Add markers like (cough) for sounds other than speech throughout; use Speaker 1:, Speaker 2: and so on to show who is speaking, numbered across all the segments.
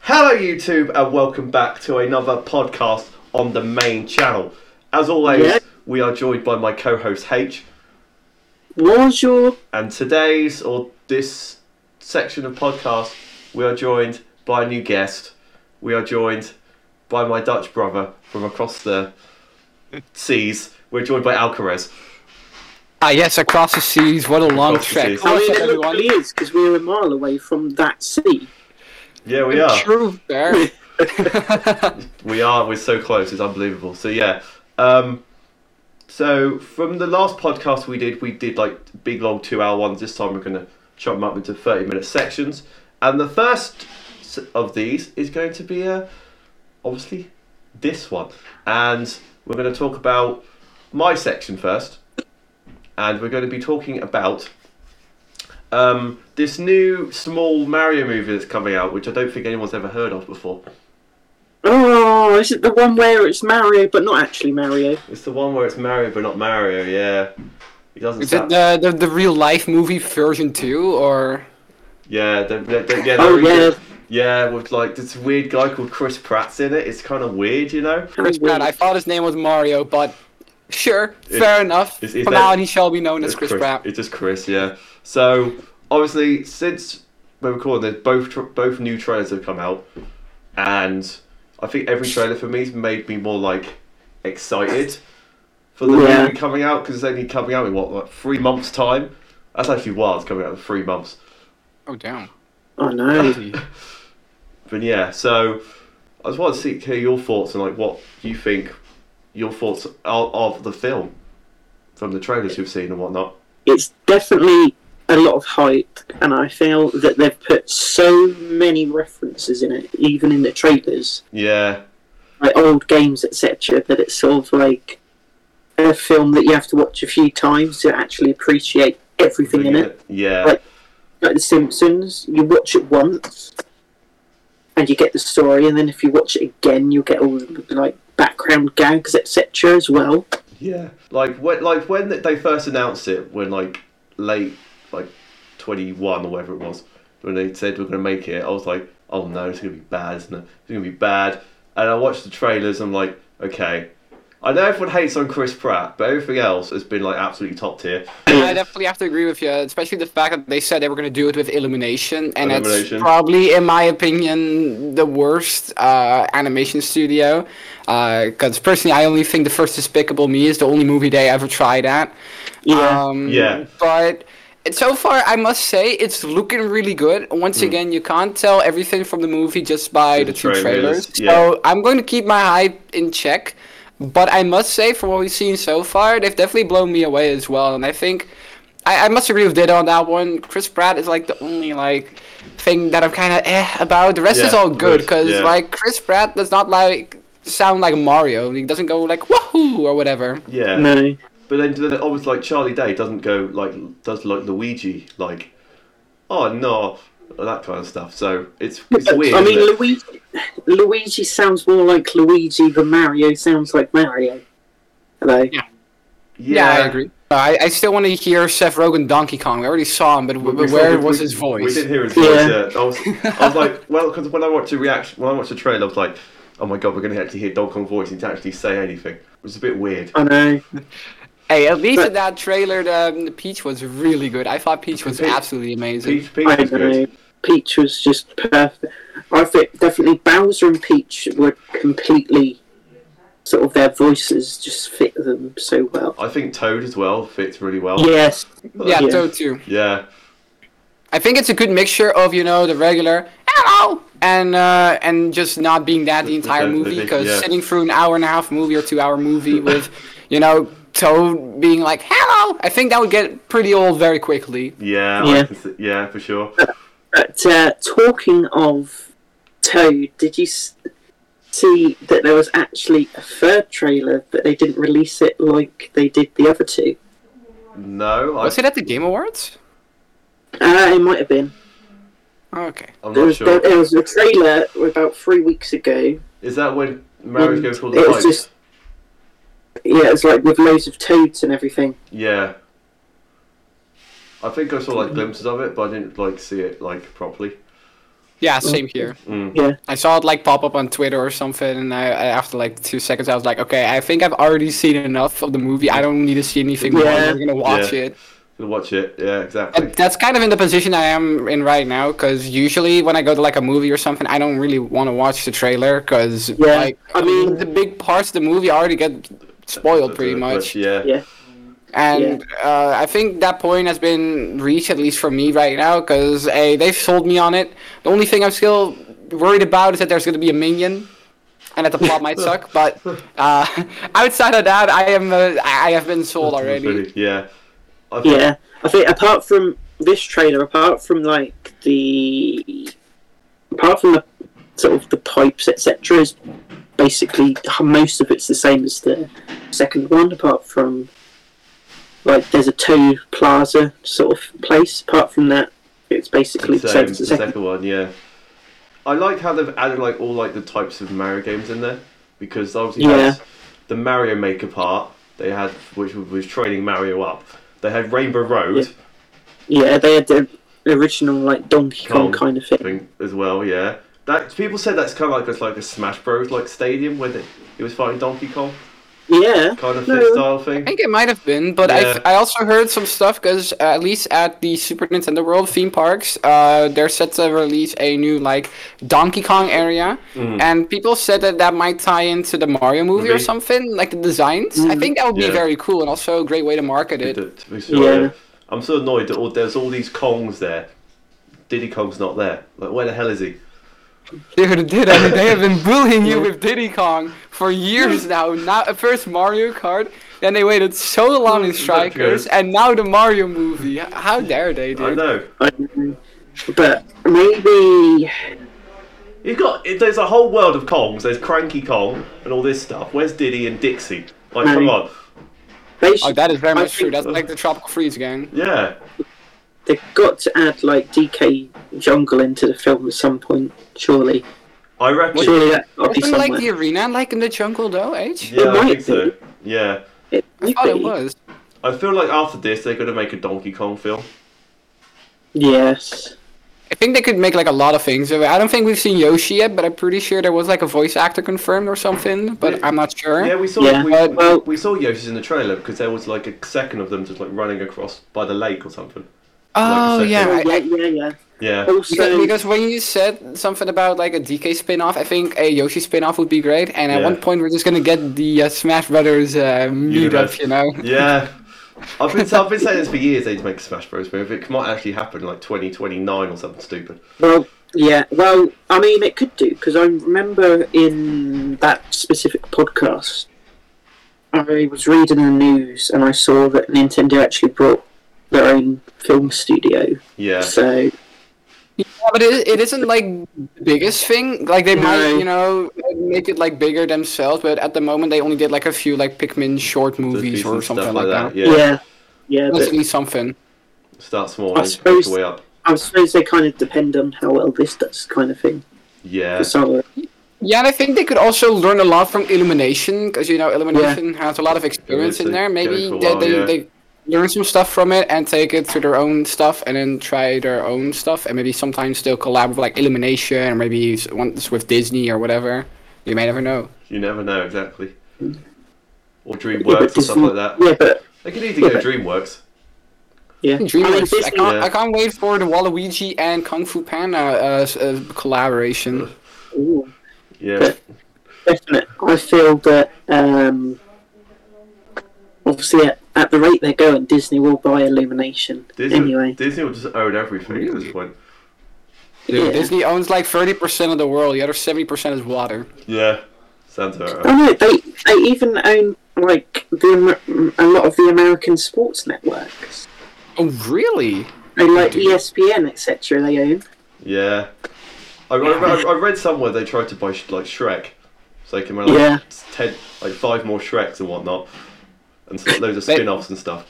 Speaker 1: Hello, YouTube, and welcome back to another podcast on the main channel. As always,
Speaker 2: Yeah.
Speaker 1: we are joined by my co host H,
Speaker 2: Bonjour.
Speaker 1: and today's or this section of podcast, we are joined by a new guest. We are joined by my Dutch brother from across the seas. We're joined by Alcaraz.
Speaker 3: Ah, yes, across the seas. What a long
Speaker 1: Across the
Speaker 3: trek.
Speaker 1: seas.
Speaker 2: I
Speaker 3: What's
Speaker 2: mean,
Speaker 3: up,
Speaker 2: it
Speaker 3: everyone?
Speaker 2: literally is because we're a mile away from that sea.
Speaker 1: Yeah, we are.
Speaker 3: True, there.
Speaker 1: We are. We're so close. It's unbelievable. So yeah. Um, so from the last podcast we did, we did like big long two hour ones. This time we're gonna chop them up into thirty minute sections. And the first s- of these is going to be uh, obviously this one, and we're going to talk about my section first, and we're going to be talking about um, this new small Mario movie that's coming out, which I don't think anyone's ever heard of before.
Speaker 2: Oh, is it the one where it's Mario but not actually Mario?
Speaker 1: It's the one where it's Mario but not Mario, yeah. He doesn't
Speaker 3: Is it
Speaker 1: sound...
Speaker 3: the, the, the real life movie version too, or
Speaker 1: Yeah, they they- they- yeah,
Speaker 2: Oh,
Speaker 1: they're-
Speaker 2: yeah.
Speaker 1: yeah, with like this weird guy called Chris Pratt's in it. It's kind of weird, you know?
Speaker 3: Chris Pratt? I thought his name was Mario, but sure,
Speaker 1: It-
Speaker 3: fair enough.
Speaker 1: is- is
Speaker 3: From
Speaker 1: that-
Speaker 3: now on, he shall be known as Chris Pratt.
Speaker 1: It's just Chris, yeah. So, obviously, since we're recording this, both, tr- both new trailers have come out. And I think every trailer for me has made me more like excited for the
Speaker 2: Yeah.
Speaker 1: movie coming out because it's only coming out in what, like three months' time? That's actually wild, it's coming out in three months.
Speaker 3: Oh, damn.
Speaker 2: Oh (laughs) no.
Speaker 1: But yeah, so I just want to see hear your thoughts on like what you think your thoughts are of the film from the trailers you've seen and whatnot.
Speaker 2: it's definitely a lot of hype, and I feel that they've put so many references in it, even in the trailers,
Speaker 1: Yeah,
Speaker 2: like old games, etc., that it's sort of like a film that you have to watch a few times to actually appreciate everything in it.
Speaker 1: Yeah,
Speaker 2: Like- Like The Simpsons, you watch it once, and you get the story, and then if you watch it again, you'll get all the like background gags, etc., as well.
Speaker 1: yeah. Like when like when they first announced it, when like late like twenty one or whatever it was, when they said we're gonna make it, I was like, oh no, it's gonna be bad, isn't it? It's gonna be bad. And I watched the trailers. and I'm like, okay. I know everyone hates on Chris Pratt, but everything else has been like absolutely top tier.
Speaker 3: I definitely have to agree with you, especially the fact that they said they were going to do it with Illumination, and
Speaker 1: Illumination.
Speaker 3: it's probably, in my opinion, the worst uh, animation studio. Because personally, I only think the first Despicable Me is the only movie they ever tried at.
Speaker 2: Yeah.
Speaker 3: Um,
Speaker 1: Yeah.
Speaker 3: But it, so far, I must say, it's looking really good. Once again, you can't tell everything from the movie just by
Speaker 1: Hmm. Just
Speaker 3: the two
Speaker 1: trailers,
Speaker 3: trailers.
Speaker 1: yeah.
Speaker 3: So I'm going to keep my hype in check. But I must say, from what we've seen so far, they've definitely blown me away as well. And I think I, I must agree with Ditto on that one. Chris Pratt is like the only like thing that I'm kind of eh about. The rest is
Speaker 1: Yeah,
Speaker 3: all good
Speaker 1: good,
Speaker 3: because
Speaker 1: yeah.
Speaker 3: like Chris Pratt does not like sound like Mario. He doesn't go like wahoo or whatever.
Speaker 1: Yeah.
Speaker 2: No.
Speaker 1: But then, then obviously, like Charlie Day doesn't go like does like Luigi like, oh no, that kind of stuff. So it's it's weird.
Speaker 2: I
Speaker 1: isn't
Speaker 2: mean,
Speaker 1: it?
Speaker 2: Luigi, Luigi sounds more like Luigi than Mario sounds like Mario. Hello.
Speaker 3: Yeah, I agree. I, I still want to hear Seth Rogen Donkey Kong. We already saw him, but w-
Speaker 1: We- we
Speaker 3: where
Speaker 1: saw- we-
Speaker 3: was
Speaker 1: we-
Speaker 3: his
Speaker 1: We
Speaker 3: voice?
Speaker 1: did hear his
Speaker 2: Yeah.
Speaker 1: voice. Yeah. I, was, I was like, well, because when I watched the reaction, when I watched the trailer, I was like, oh my god, we're going to actually hear Donkey Kong's voice and to actually say anything. It was a bit weird.
Speaker 2: I know.
Speaker 3: hey, at least in
Speaker 2: But-
Speaker 3: that trailer, the, the Peach was really good. I thought Peach was
Speaker 1: Peach-
Speaker 3: absolutely amazing.
Speaker 1: Peach, Peach
Speaker 2: I
Speaker 1: was
Speaker 2: know.
Speaker 1: good.
Speaker 2: Peach was just perfect. I think definitely Bowser and Peach were completely sort of their voices just fit them so well.
Speaker 1: I think Toad as well fits really well.
Speaker 2: Yes.
Speaker 3: yeah,
Speaker 2: yeah.
Speaker 3: so too.
Speaker 1: Yeah.
Speaker 3: I think it's a good mixture of you know the regular hello and uh, and just not being that the entire
Speaker 1: the- the
Speaker 3: movie
Speaker 1: big-
Speaker 3: because
Speaker 1: yeah.
Speaker 3: sitting through an hour and a half movie or two hour movie with you know Toad being like hello, I think that would get pretty old very quickly.
Speaker 1: Yeah. I
Speaker 2: Yeah.
Speaker 1: can see- yeah, for sure.
Speaker 2: But uh, talking of Toad, did you s- see that there was actually a third trailer, but they didn't release it like they did the other two?
Speaker 1: No, I,
Speaker 3: Was it at the Game Awards?
Speaker 2: Uh, it might have been.
Speaker 3: Okay.
Speaker 1: I'm
Speaker 2: There
Speaker 1: not
Speaker 2: was,
Speaker 1: sure.
Speaker 2: there was a trailer about three weeks ago.
Speaker 1: Is that when Mario's
Speaker 2: and
Speaker 1: going for all the
Speaker 2: it was
Speaker 1: fight?
Speaker 2: just yeah, it was like with loads of toads and everything.
Speaker 1: Yeah. I think I saw like glimpses of it, but I didn't like see it like properly.
Speaker 3: Yeah, same here.
Speaker 1: Mm.
Speaker 2: Yeah.
Speaker 3: I saw it like pop up on Twitter or something, and I, I after like two seconds, I was like, okay, I think I've already seen enough of the movie. I don't need to see anything more.
Speaker 2: Yeah.
Speaker 3: I'm gonna watch
Speaker 1: Yeah.
Speaker 3: it.
Speaker 1: Gonna watch it. Yeah, exactly.
Speaker 3: And that's kind of in the position I am in right now, because usually when I go to like a movie or something, I don't really want to watch the trailer, because
Speaker 2: Yeah,
Speaker 3: like
Speaker 2: I
Speaker 3: I
Speaker 2: mean-
Speaker 3: mean, the big parts of the movie already get spoiled pretty much.
Speaker 1: Yeah.
Speaker 2: Yeah.
Speaker 3: And uh, I think that point has been reached, at least for me right now, because hey, they've sold me on it. The only thing I'm still worried about is that there's going to be a minion, and that the plot might suck. But uh, (laughs) outside of that, I am uh, I I have been sold already.
Speaker 1: Yeah. I think-
Speaker 2: Yeah, I think apart from this trailer, apart from like the, apart from the sort of the pipes etc, is basically most of it's the same as the second one. Apart from like there's a two plaza sort of place. Apart from that, it's basically the
Speaker 1: same,
Speaker 2: same
Speaker 1: the
Speaker 2: as the second.
Speaker 1: second one, yeah. I like how they've added like all like the types of Mario games in there because obviously
Speaker 2: Yeah.
Speaker 1: that's the Mario Maker part they had, which was, was training Mario up. They had Rainbow Road
Speaker 2: Yeah. Yeah, they had the original like Donkey
Speaker 1: Kong.
Speaker 2: Kong kind of thing.
Speaker 1: thing as well, yeah. That people said that's kind of like it's like a Smash Bros like stadium where they, it was fighting Donkey Kong
Speaker 2: Yeah,
Speaker 1: kind of
Speaker 2: No.
Speaker 1: style
Speaker 3: I
Speaker 1: thing.
Speaker 3: think it might have been, but
Speaker 1: Yeah.
Speaker 3: I, I also heard some stuff because uh, at least at the Super Nintendo World theme parks, uh, they're set to release a new like Donkey Kong area,
Speaker 1: Mm.
Speaker 3: and people said that that might tie into the Mario movie or
Speaker 1: Maybe.
Speaker 3: something, like the designs. I think that would be
Speaker 1: Yeah.
Speaker 3: very cool and also a great way to market it.
Speaker 1: To- to be sure,
Speaker 2: Yeah.
Speaker 1: yeah. I'm so annoyed that all, there's all these Kongs there. Diddy Kong's not there. Like where the hell is he?
Speaker 3: Dude, dude, I mean, they have
Speaker 1: (laughs)
Speaker 3: been bullying you with Diddy Kong for years now. Now, at first Mario Kart, then they waited so long in Strikers, and now the Mario movie. How dare they,
Speaker 1: I
Speaker 3: dude?
Speaker 1: know.
Speaker 2: I know. but maybe
Speaker 1: You've got it- there's a whole world of Kongs. There's Cranky Kong and all this stuff. Where's Diddy and Dixie? Like,
Speaker 2: Right.
Speaker 1: come on,
Speaker 2: they should.
Speaker 3: Oh, that is very
Speaker 2: I
Speaker 3: much true.
Speaker 2: think-
Speaker 3: That's like the Tropical Freeze gang.
Speaker 1: yeah,
Speaker 2: They've got to add like DK Jungle into the film at some point, surely.
Speaker 1: I reckon.
Speaker 2: Surely that got to be
Speaker 3: Wasn't
Speaker 2: somewhere.
Speaker 3: like the arena, like in the jungle though, H?
Speaker 1: Yeah, I
Speaker 2: might
Speaker 1: think so.
Speaker 2: be.
Speaker 1: Yeah,
Speaker 2: It
Speaker 3: I
Speaker 2: might
Speaker 3: thought it
Speaker 2: be.
Speaker 3: was.
Speaker 1: I feel like after this they're gonna make a Donkey Kong film.
Speaker 2: Yes.
Speaker 3: I think they could make like a lot of things. I don't think we've seen Yoshi yet, but I'm pretty sure there was like a voice actor confirmed or something, but
Speaker 1: Yeah.
Speaker 3: I'm not sure.
Speaker 1: Yeah, we saw
Speaker 2: Yeah.
Speaker 1: We,
Speaker 3: Uh,
Speaker 2: well-
Speaker 1: we saw Yoshi's in the trailer because there was like a second of them just like running across by the lake or something.
Speaker 3: oh,
Speaker 1: Like a
Speaker 3: yeah.
Speaker 1: second-
Speaker 2: Oh,
Speaker 3: I-
Speaker 2: yeah,
Speaker 3: I-
Speaker 2: yeah, yeah.
Speaker 1: Yeah,
Speaker 2: Also,
Speaker 3: Because, because when you said something about like a DK spin-off, I think a Yoshi spin-off would be great. And at
Speaker 1: Yeah.
Speaker 3: one point, we're just gonna get the uh, Smash Brothers uh,
Speaker 1: Universe.
Speaker 3: meetup, you know?
Speaker 1: yeah. I've been I've been saying this for years. They need to make a Smash Bros. movie. It might actually happen in, like 2029 or something stupid.
Speaker 2: well, yeah. Well, I mean, it could do because I remember in that specific podcast, I was reading the news and I saw that Nintendo actually brought their own film studio.
Speaker 1: Yeah,
Speaker 2: So
Speaker 3: Yeah, but it, it isn't like the biggest thing. Like they might,
Speaker 2: No.
Speaker 3: you know, make it like bigger themselves. But at the moment, they only did like a few like Pikmin short movies or
Speaker 1: Decent
Speaker 3: something like, that.
Speaker 1: Yeah,
Speaker 2: yeah, yeah.
Speaker 3: That's at
Speaker 2: but
Speaker 3: least something.
Speaker 1: start small.
Speaker 2: I
Speaker 1: and work
Speaker 2: suppose-
Speaker 1: your way up.
Speaker 2: I suppose they kind of depend on how well this does, kind of thing.
Speaker 1: Yeah,
Speaker 2: So,
Speaker 3: Yeah, and I think they could also learn a lot from Illumination because you know Illumination has a lot of experience in
Speaker 1: they
Speaker 3: there.
Speaker 1: go
Speaker 3: Maybe
Speaker 1: for a
Speaker 3: they,
Speaker 1: while,
Speaker 3: they,
Speaker 1: yeah.
Speaker 3: they learn some stuff from it and take it to their own stuff and then try their own stuff and maybe sometimes they'll collab with like Illumination or maybe s- once with Disney or whatever. You may never know.
Speaker 1: you never know exactly. Or
Speaker 2: yeah,
Speaker 1: DreamWorks
Speaker 2: but
Speaker 1: or something like that.
Speaker 2: Yeah, but
Speaker 1: They could either go
Speaker 2: but-
Speaker 1: DreamWorks.
Speaker 2: yeah, I mean,
Speaker 3: DreamWorks. I,
Speaker 2: Disney,
Speaker 3: can't,
Speaker 1: Yeah.
Speaker 3: I can't wait for the Waluigi and Kung Fu Panda uh, s- uh, collaboration.
Speaker 2: Ooh,
Speaker 1: Yeah,
Speaker 2: definite. I feel that um, obviously at, at the rate they're going, Disney will buy Illumination
Speaker 1: Disney,
Speaker 2: anyway.
Speaker 1: Disney will just own everything at this
Speaker 3: Really?
Speaker 1: point.
Speaker 3: Dude,
Speaker 2: Yeah.
Speaker 3: Disney owns like 30% of the world, the other 70% is water.
Speaker 1: Yeah, sounds about
Speaker 2: Oh
Speaker 1: right.
Speaker 2: no, they they even own like the Amer- a lot of the American sports networks.
Speaker 3: Oh, really?
Speaker 2: They like E
Speaker 3: Dude.
Speaker 2: ESPN, etc. They own.
Speaker 1: Yeah, I, I, I, I read somewhere they tried to buy sh- like Shrek, so they can make like,
Speaker 2: Yeah.
Speaker 1: ten, like five more Shreks and whatnot, and so, loads of
Speaker 3: They-
Speaker 1: spin-offs and stuff.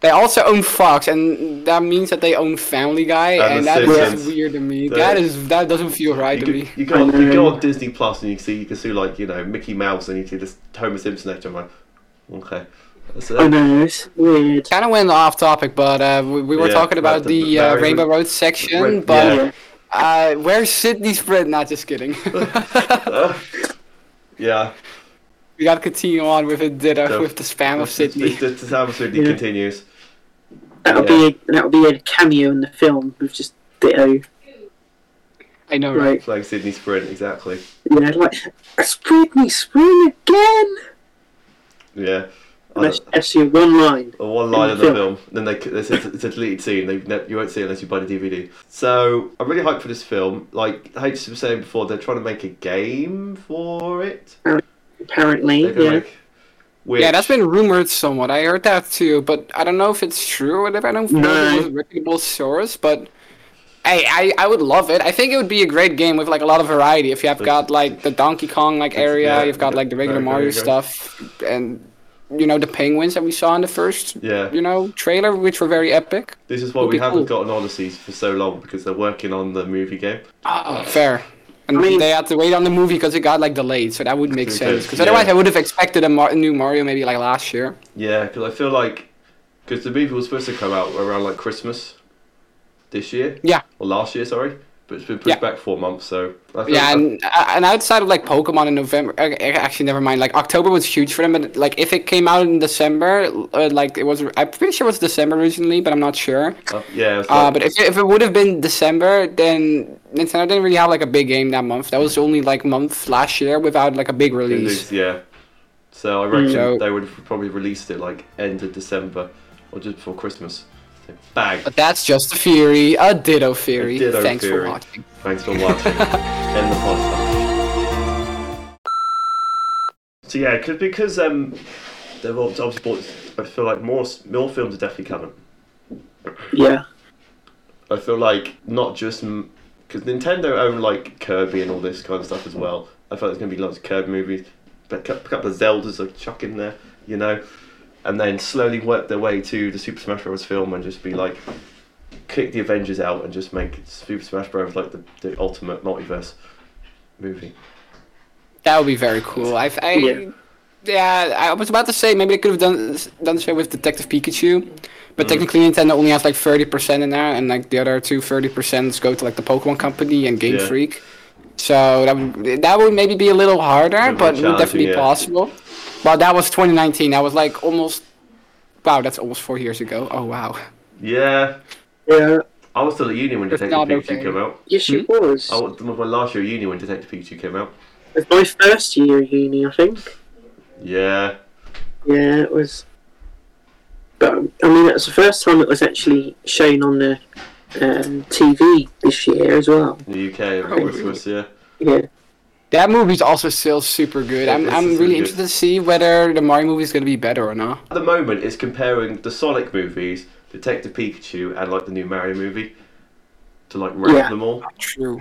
Speaker 3: They also own Fox, and that means that they own Family Guy,
Speaker 1: That
Speaker 3: and
Speaker 1: is
Speaker 3: that
Speaker 1: so
Speaker 3: is
Speaker 1: sense.
Speaker 3: just weird to me.
Speaker 1: That-
Speaker 3: That is that doesn't feel right
Speaker 1: You,
Speaker 3: to
Speaker 1: could,
Speaker 3: me.
Speaker 1: you, go on,
Speaker 2: I
Speaker 1: you go
Speaker 2: know.
Speaker 1: on Disney Plus and you can see you can see like you know Mickey Mouse and you see this Homer Simpson actor. I'm like, okay, that's it.
Speaker 2: I know it's weird.
Speaker 3: Kind of went off topic, but uh, we, we were
Speaker 1: Yeah,
Speaker 3: talking about
Speaker 1: about the
Speaker 3: the uh,
Speaker 1: Mario-
Speaker 3: Rainbow Road section,
Speaker 1: Right,
Speaker 3: but
Speaker 1: yeah.
Speaker 3: Uh, where's Sydney's friend? Not just
Speaker 1: (laughs)
Speaker 3: kidding. (laughs)
Speaker 1: yeah.
Speaker 3: we gotta continue on with it. Ditto
Speaker 1: No.
Speaker 3: with the spam of
Speaker 1: The,
Speaker 3: Sydney.
Speaker 1: the, the Sam Sydney
Speaker 2: Yeah.
Speaker 1: continues.
Speaker 2: That'll be a, that'll be a cameo in the film with just Ditto.
Speaker 3: I know, right?
Speaker 2: Like
Speaker 1: Playing Sydney Sprint, exactly.
Speaker 2: yeah, like (laughs) it's Britney Spring again.
Speaker 1: Yeah. I-
Speaker 2: That's actually one line.
Speaker 1: Or one line
Speaker 2: In
Speaker 1: of
Speaker 2: the
Speaker 1: the film. Then they, they it's, it's a deleted scene. They, ne- you won't see it unless you buy the DVD. So I'm really hyped for this film. Like H was saying before, they're trying to make a game for it.
Speaker 2: Apparently,
Speaker 1: They're gonna
Speaker 2: yeah.
Speaker 1: make- which-
Speaker 3: Yeah, that's been rumored somewhat. I heard that too, but I don't know if it's true or whatever. I don't think
Speaker 2: No.
Speaker 3: it was a reputable source, but hey, I, I would love it. I think it would be a great game with like a lot of variety. If you have got like the Donkey Kong like
Speaker 1: That's-
Speaker 3: area,
Speaker 1: yeah,
Speaker 3: you've got like the regular
Speaker 1: very good,
Speaker 3: Mario
Speaker 1: very good.
Speaker 3: stuff, and you know the penguins that we saw in the first
Speaker 1: Yeah.
Speaker 3: you know trailer, which were very epic.
Speaker 1: This is why
Speaker 3: Would
Speaker 1: we
Speaker 3: be
Speaker 1: haven't
Speaker 3: cool.
Speaker 1: gotten Odysseys for so long because they're working on the movie game.
Speaker 3: Ah, fair. And
Speaker 2: I mean-
Speaker 3: they had to wait on the movie because it got like delayed, so that would make
Speaker 1: Okay,
Speaker 3: sense. Because
Speaker 1: yeah.
Speaker 3: otherwise, I would have expected a, Mar- a new Mario maybe like last year.
Speaker 1: Yeah, because I feel like because the movie was supposed to come out around like Christmas this year.
Speaker 3: Yeah.
Speaker 1: Or last year, sorry, but it's been pushed
Speaker 3: Yeah.
Speaker 1: back four months. So I feel
Speaker 3: Yeah, and uh, and outside of like Pokemon in November, uh, actually, never mind. Like October was huge for them, but like if it came out in December, uh, like it was, I'm pretty sure it was December originally, but I'm not sure.
Speaker 1: uh, yeah. It's
Speaker 3: Uh,
Speaker 1: like,
Speaker 3: but if, if it would have been December, then Nintendo didn't really have like a big game that month. That was the only like month last year without like a big
Speaker 1: it
Speaker 3: release.
Speaker 1: is, yeah. So I reckon
Speaker 3: So-
Speaker 1: they would have probably released it like end of December or just before Christmas. So, bang.
Speaker 3: But that's just a theory, a ditto theory.
Speaker 1: ditto
Speaker 3: Thanks
Speaker 1: theory.
Speaker 3: for watching.
Speaker 1: Thanks for
Speaker 3: (laughs)
Speaker 1: watching. End the podcast. So yeah, cause, because um, they've obviously obviously bought. I feel like more s- more films are definitely coming.
Speaker 2: Yeah,
Speaker 1: I feel like not just because Nintendo own like Kirby and all this kind of stuff as well. I feel there's gonna be lots of Kirby movies, but a cou- couple of Zeldas are chuck in there, you know, and then slowly work their way to the Super Smash Bros. film and just be like, kick the Avengers out and just make Super Smash Bros. like the, the ultimate multiverse movie.
Speaker 3: That would be very cool. I, I
Speaker 2: Yeah.
Speaker 3: yeah. I was about to say maybe they could have done done so with Detective Pikachu, but
Speaker 1: Mm.
Speaker 3: technically Nintendo only has like thirty percent in there, and like the other two 30 percent go to like the Pokemon Company and Game
Speaker 1: Yeah.
Speaker 3: Freak. So that would that would maybe be a little harder,
Speaker 1: Bit more
Speaker 3: but would
Speaker 1: challenging,
Speaker 3: definitely
Speaker 1: yeah.
Speaker 3: possible. But that was 2019. That was like almost. Wow, that's almost four years ago. Oh wow.
Speaker 1: Yeah,
Speaker 2: yeah.
Speaker 1: I was still at uni when
Speaker 3: It's
Speaker 1: Detective
Speaker 3: not
Speaker 1: Picture
Speaker 3: okay.
Speaker 1: came out.
Speaker 2: Yes, it was.
Speaker 1: I was my last year at uni when Detective Pikachu came out.
Speaker 2: It was my first year of uni, I think.
Speaker 1: Yeah,
Speaker 2: Yeah, it was. But I mean, it was the first time it was actually shown on the um, TV this year as well.
Speaker 1: in the UK, of
Speaker 3: (laughs) Oh,
Speaker 1: course,
Speaker 3: really?
Speaker 1: was, yeah.
Speaker 2: Yeah,
Speaker 3: That movie's also still super good.
Speaker 1: Yeah,
Speaker 3: I'm
Speaker 1: this is
Speaker 3: I'm really
Speaker 1: really good.
Speaker 3: interested to see whether the Mario movie is gonna be better or not.
Speaker 1: At the moment, it's comparing the Sonic movies, Detective Pikachu, and like the new Mario movie to like rank
Speaker 2: Yeah.
Speaker 1: them all.
Speaker 3: True.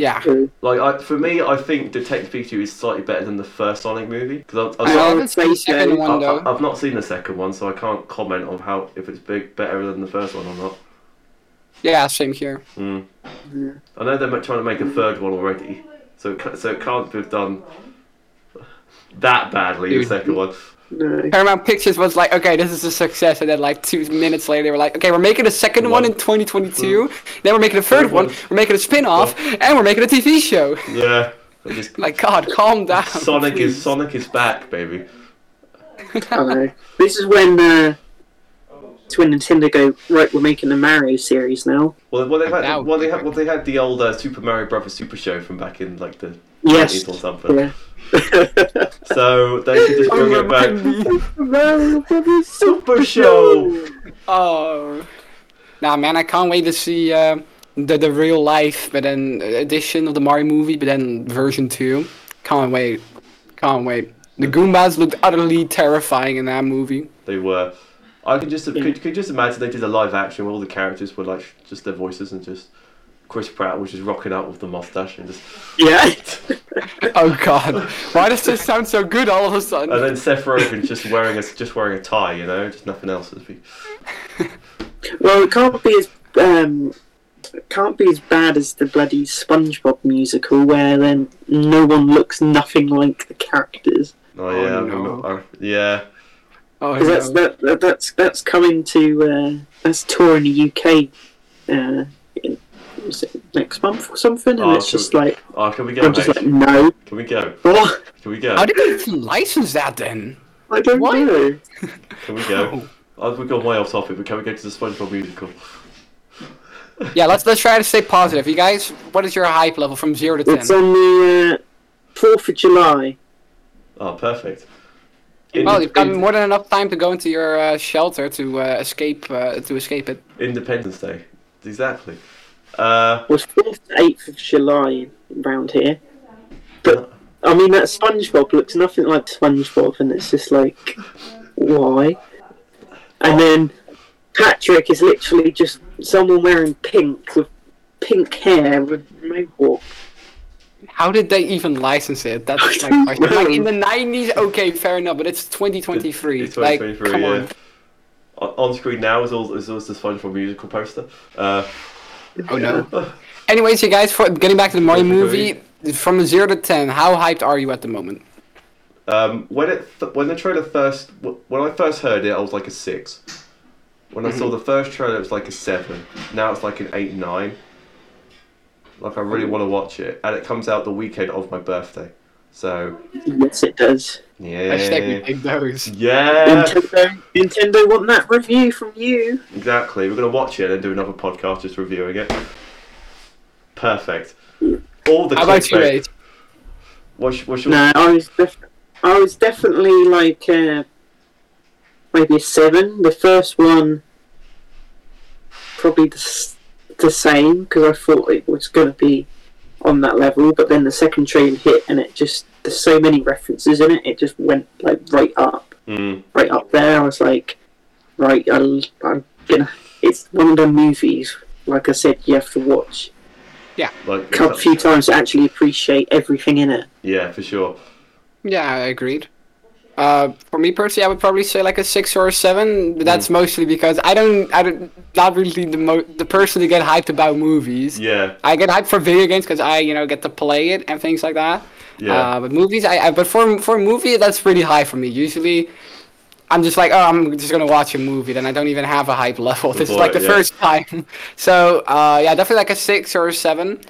Speaker 3: Yeah.
Speaker 2: true.
Speaker 1: Like, I, for me, I think Detective Pikachu is slightly better than the first Sonic movie because I've,
Speaker 3: I
Speaker 1: I've,
Speaker 3: haven't seen the second
Speaker 2: I'll-
Speaker 3: one
Speaker 1: I've,
Speaker 3: though.
Speaker 1: I've, I've not seen the second one, so I can't comment on how if it's big, better than the first one or not.
Speaker 3: Yeah, same here.
Speaker 1: Mm. I know they're trying to make a third one already, so it, ca- so it can't be done that badly. The
Speaker 3: Dude.
Speaker 1: second one,
Speaker 2: No.
Speaker 3: Paramount Pictures was like, okay, this is a success, and then like two minutes later, they were like, okay, we're making a second one,
Speaker 1: One.
Speaker 3: in 2022, then we're making a third one,
Speaker 1: one.
Speaker 3: we're making a spin-off, and we're making a TV show. (laughs)
Speaker 1: yeah, I just,
Speaker 3: Like, God, calm down.
Speaker 1: Sonic is
Speaker 3: please.
Speaker 1: Sonic is back, baby.
Speaker 2: I don't know. This is when uh, it's when Nintendo go right. We're making the Mario series now.
Speaker 1: Well, well, they
Speaker 3: Like, that
Speaker 1: had,
Speaker 3: would
Speaker 1: well,
Speaker 3: be
Speaker 1: they had,
Speaker 3: good.
Speaker 1: well, they had the old uh, Super Mario Brothers Super Show from back in like the
Speaker 2: Yes.
Speaker 1: 90s or something.
Speaker 2: Yeah. (laughs)
Speaker 1: So they could just bring it back.
Speaker 2: Mario Brothers (laughs)
Speaker 1: Super Show.
Speaker 3: Oh, nah, man, I can't wait to see uh, the the real life, but then edition of the Mario movie, but then version two. Can't wait, can't wait. The Goombas looked utterly terrifying in that movie.
Speaker 1: They were. I could just could, could just imagine they did a live action where all the characters were like just their voices and just Chris Pratt was just rocking out with the mustache and just
Speaker 2: Yeah. (laughs)
Speaker 3: (laughs) Oh God, why does this sound so good all of a sudden?
Speaker 1: and then Seth Rogen just wearing a just wearing a tie, you know, just nothing else. It'd be,
Speaker 2: Well, it can't be as um, it can't be as bad as the bloody SpongeBob musical, where then no one looks nothing like the characters.
Speaker 1: oh
Speaker 3: Oh,
Speaker 1: yeah, I
Speaker 3: no.
Speaker 1: remember- I- yeah.
Speaker 3: Oh,
Speaker 2: 'Cause that's
Speaker 3: no.
Speaker 2: that, that, that's that's coming to uh, that's touring the UK. Uh, in, was it next month or something, and
Speaker 1: Oh,
Speaker 2: it's
Speaker 1: cool.
Speaker 2: just like
Speaker 1: Oh, can we go,
Speaker 2: I'm
Speaker 1: mate?
Speaker 2: just like no, (laughs)
Speaker 1: Can we go?
Speaker 2: what?
Speaker 1: Can we go?
Speaker 3: How did they even license that then?
Speaker 2: I don't
Speaker 3: What?
Speaker 2: know.
Speaker 1: Can we
Speaker 3: (laughs)
Speaker 1: go? Oh, we've gone way off topic, but can we go to the SpongeBob musical?
Speaker 3: Yeah, let's let's try to stay positive. You guys, what is your hype level from zero to
Speaker 2: It's
Speaker 3: ten?
Speaker 2: on the uh, fourth of July.
Speaker 1: (laughs) Oh, perfect.
Speaker 3: Well, you've got
Speaker 1: Inde-
Speaker 3: more than enough time to go into your uh, shelter to uh, escape uh, to escape it.
Speaker 1: Independence Day. Exactly. Uh,
Speaker 2: Well, fourth to eighth of July round here. But I mean, that SpongeBob looks nothing like SpongeBob, and it's just like, why? And then Patrick is literally just someone wearing pink with pink hair with mohawk.
Speaker 3: How did they even license it? That's
Speaker 2: I
Speaker 3: my
Speaker 2: don't
Speaker 3: question.
Speaker 2: know.
Speaker 3: Like in the nineties, okay, fair enough, but it's twenty twenty three.
Speaker 1: it's
Speaker 3: Like,
Speaker 1: 2023,
Speaker 3: come on.
Speaker 1: yeah. On on screen now is all is all the SpongeBob musical poster. Uh,
Speaker 3: Oh no. Anyways, you guys, for getting back to the Mario
Speaker 1: Yeah,
Speaker 3: movie, from zero to ten, how hyped are you at the moment?
Speaker 1: um, when it th- when the trailer first when I first heard it, I was like a six. When I
Speaker 3: Mm-hmm.
Speaker 1: saw the first trailer, it was like a seven. Now it's like an eight nine. Like I really want to watch it, and it comes out the weekend of my birthday. So
Speaker 2: Yes, it does. Eh.
Speaker 3: Hashtag we
Speaker 1: yeah,
Speaker 3: take those.
Speaker 1: yeah.
Speaker 2: Nintendo, Nintendo want that review from you.
Speaker 1: Exactly. We're going to watch it and then do another podcast just reviewing it. Perfect. All the
Speaker 3: How about you,
Speaker 1: clickbait.
Speaker 3: Age?
Speaker 1: What's, what's your...
Speaker 2: No, I was, def- I was definitely like uh, maybe a seven. The first one, probably the, s- the same because I thought it was going to be on that level, but then the second train hit and it just there's so many references in it. It just went like right up,
Speaker 1: Mm,
Speaker 2: right up there. I was like, right, I, I'm gonna. It's one of the movies. Like I said, you have to watch
Speaker 1: like, uh,
Speaker 2: a couple few times to actually appreciate everything in it.
Speaker 1: yeah, for sure.
Speaker 3: Yeah, I agreed. Uh, for me personally, I would probably say like a six or a seven. But that's mostly because I don't, I don't, not really the mo- the person to get hyped about movies.
Speaker 1: Yeah,
Speaker 3: I get hyped for video games because I, you know, get to play it and things like that.
Speaker 1: yeah.
Speaker 3: Uh, but movies, I, I but for for a movie, that's pretty high for me. Usually, I'm just like, oh, I'm just gonna watch a movie, then I don't even have a hype (laughs) level. This is
Speaker 1: Before
Speaker 3: like the
Speaker 1: it, yeah.
Speaker 3: first time. (laughs) So uh, yeah, definitely like a six or a seven.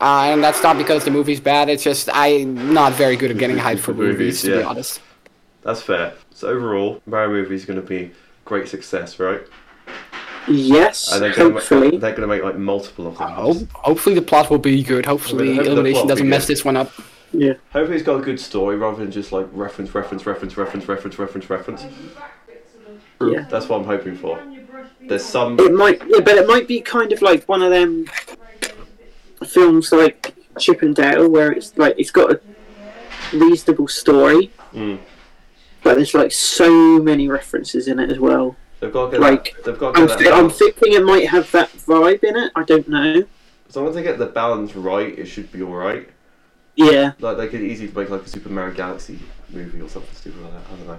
Speaker 3: Uh, and that's not because the movie's bad. It's just I'm not very good at getting
Speaker 1: (laughs)
Speaker 3: hyped for
Speaker 1: Movies,
Speaker 3: movies, to be
Speaker 1: yeah.
Speaker 3: honest.
Speaker 1: That's fair. So overall, Mario movie is going to be great success, right?
Speaker 2: Yes,
Speaker 1: And they're going to
Speaker 2: hopefully. Oh.
Speaker 1: make, they're going to make like multiple of them.
Speaker 3: Ho- hopefully the plot will be good. Hopefully
Speaker 1: Well, hope the plot
Speaker 3: Illumination
Speaker 1: will
Speaker 3: doesn't
Speaker 1: be
Speaker 3: mess
Speaker 1: good.
Speaker 3: this one up.
Speaker 2: Yeah.
Speaker 1: Hopefully, it's got a good story rather than just like reference, reference, reference, reference, reference, reference, reference.
Speaker 2: Yeah.
Speaker 1: That's what I'm hoping for. There's some.
Speaker 2: It might, yeah, but it might be kind of like one of them films like Chip and Dale, where it's like it's got a reasonable story,
Speaker 1: Mm.
Speaker 2: but there's like so many references in it as well.
Speaker 1: They've got to get
Speaker 2: like,
Speaker 1: that. They've got to
Speaker 2: I'm,
Speaker 1: get that.
Speaker 2: th- I'm thinking it might have that vibe in it. I don't know.
Speaker 1: As long as they get the balance right, it should be all right.
Speaker 2: Yeah,
Speaker 1: Like they could easily make like a Super Mario Galaxy movie or something stupid like that. I don't know.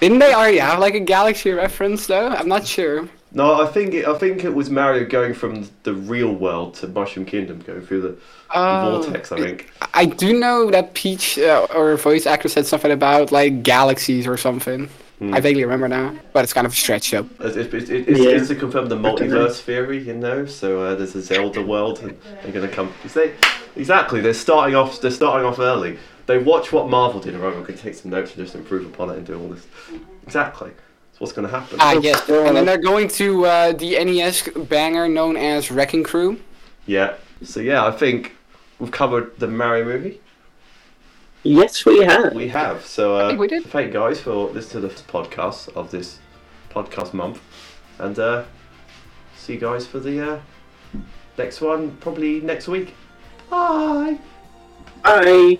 Speaker 3: Didn't they already have like a galaxy reference though? I'm not sure.
Speaker 1: No, I think it, I think it was Mario going from the real world to Mushroom Kingdom, going through the,
Speaker 3: Oh.
Speaker 1: vortex. I think.
Speaker 3: I do know that Peach uh, or voice actor said something about like galaxies or something. I vaguely remember now, but it's kind of a stretch though.
Speaker 1: It's, it's, it's, it's,
Speaker 2: Yeah.
Speaker 1: it's to confirm the
Speaker 2: don't know.
Speaker 1: multiverse theory, you know. So uh, there's a Zelda world, and they're gonna come. is They, exactly, they're starting off. They're starting off early. They watch what Marvel did, and Marvel can take some notes and just improve upon it and do all this. Exactly, that's what's gonna happen.
Speaker 3: Ah, yes. And then they're going to uh, the NES banger known as Wrecking Crew.
Speaker 1: Yeah. So yeah, I think we've covered the Mario movie.
Speaker 2: yes, we have.
Speaker 3: (laughs)
Speaker 1: We have. So uh,
Speaker 3: think we did.
Speaker 1: thank you guys for listening to the podcast of this podcast month, and uh, see you guys for the uh, next one probably next week. Bye.
Speaker 2: I.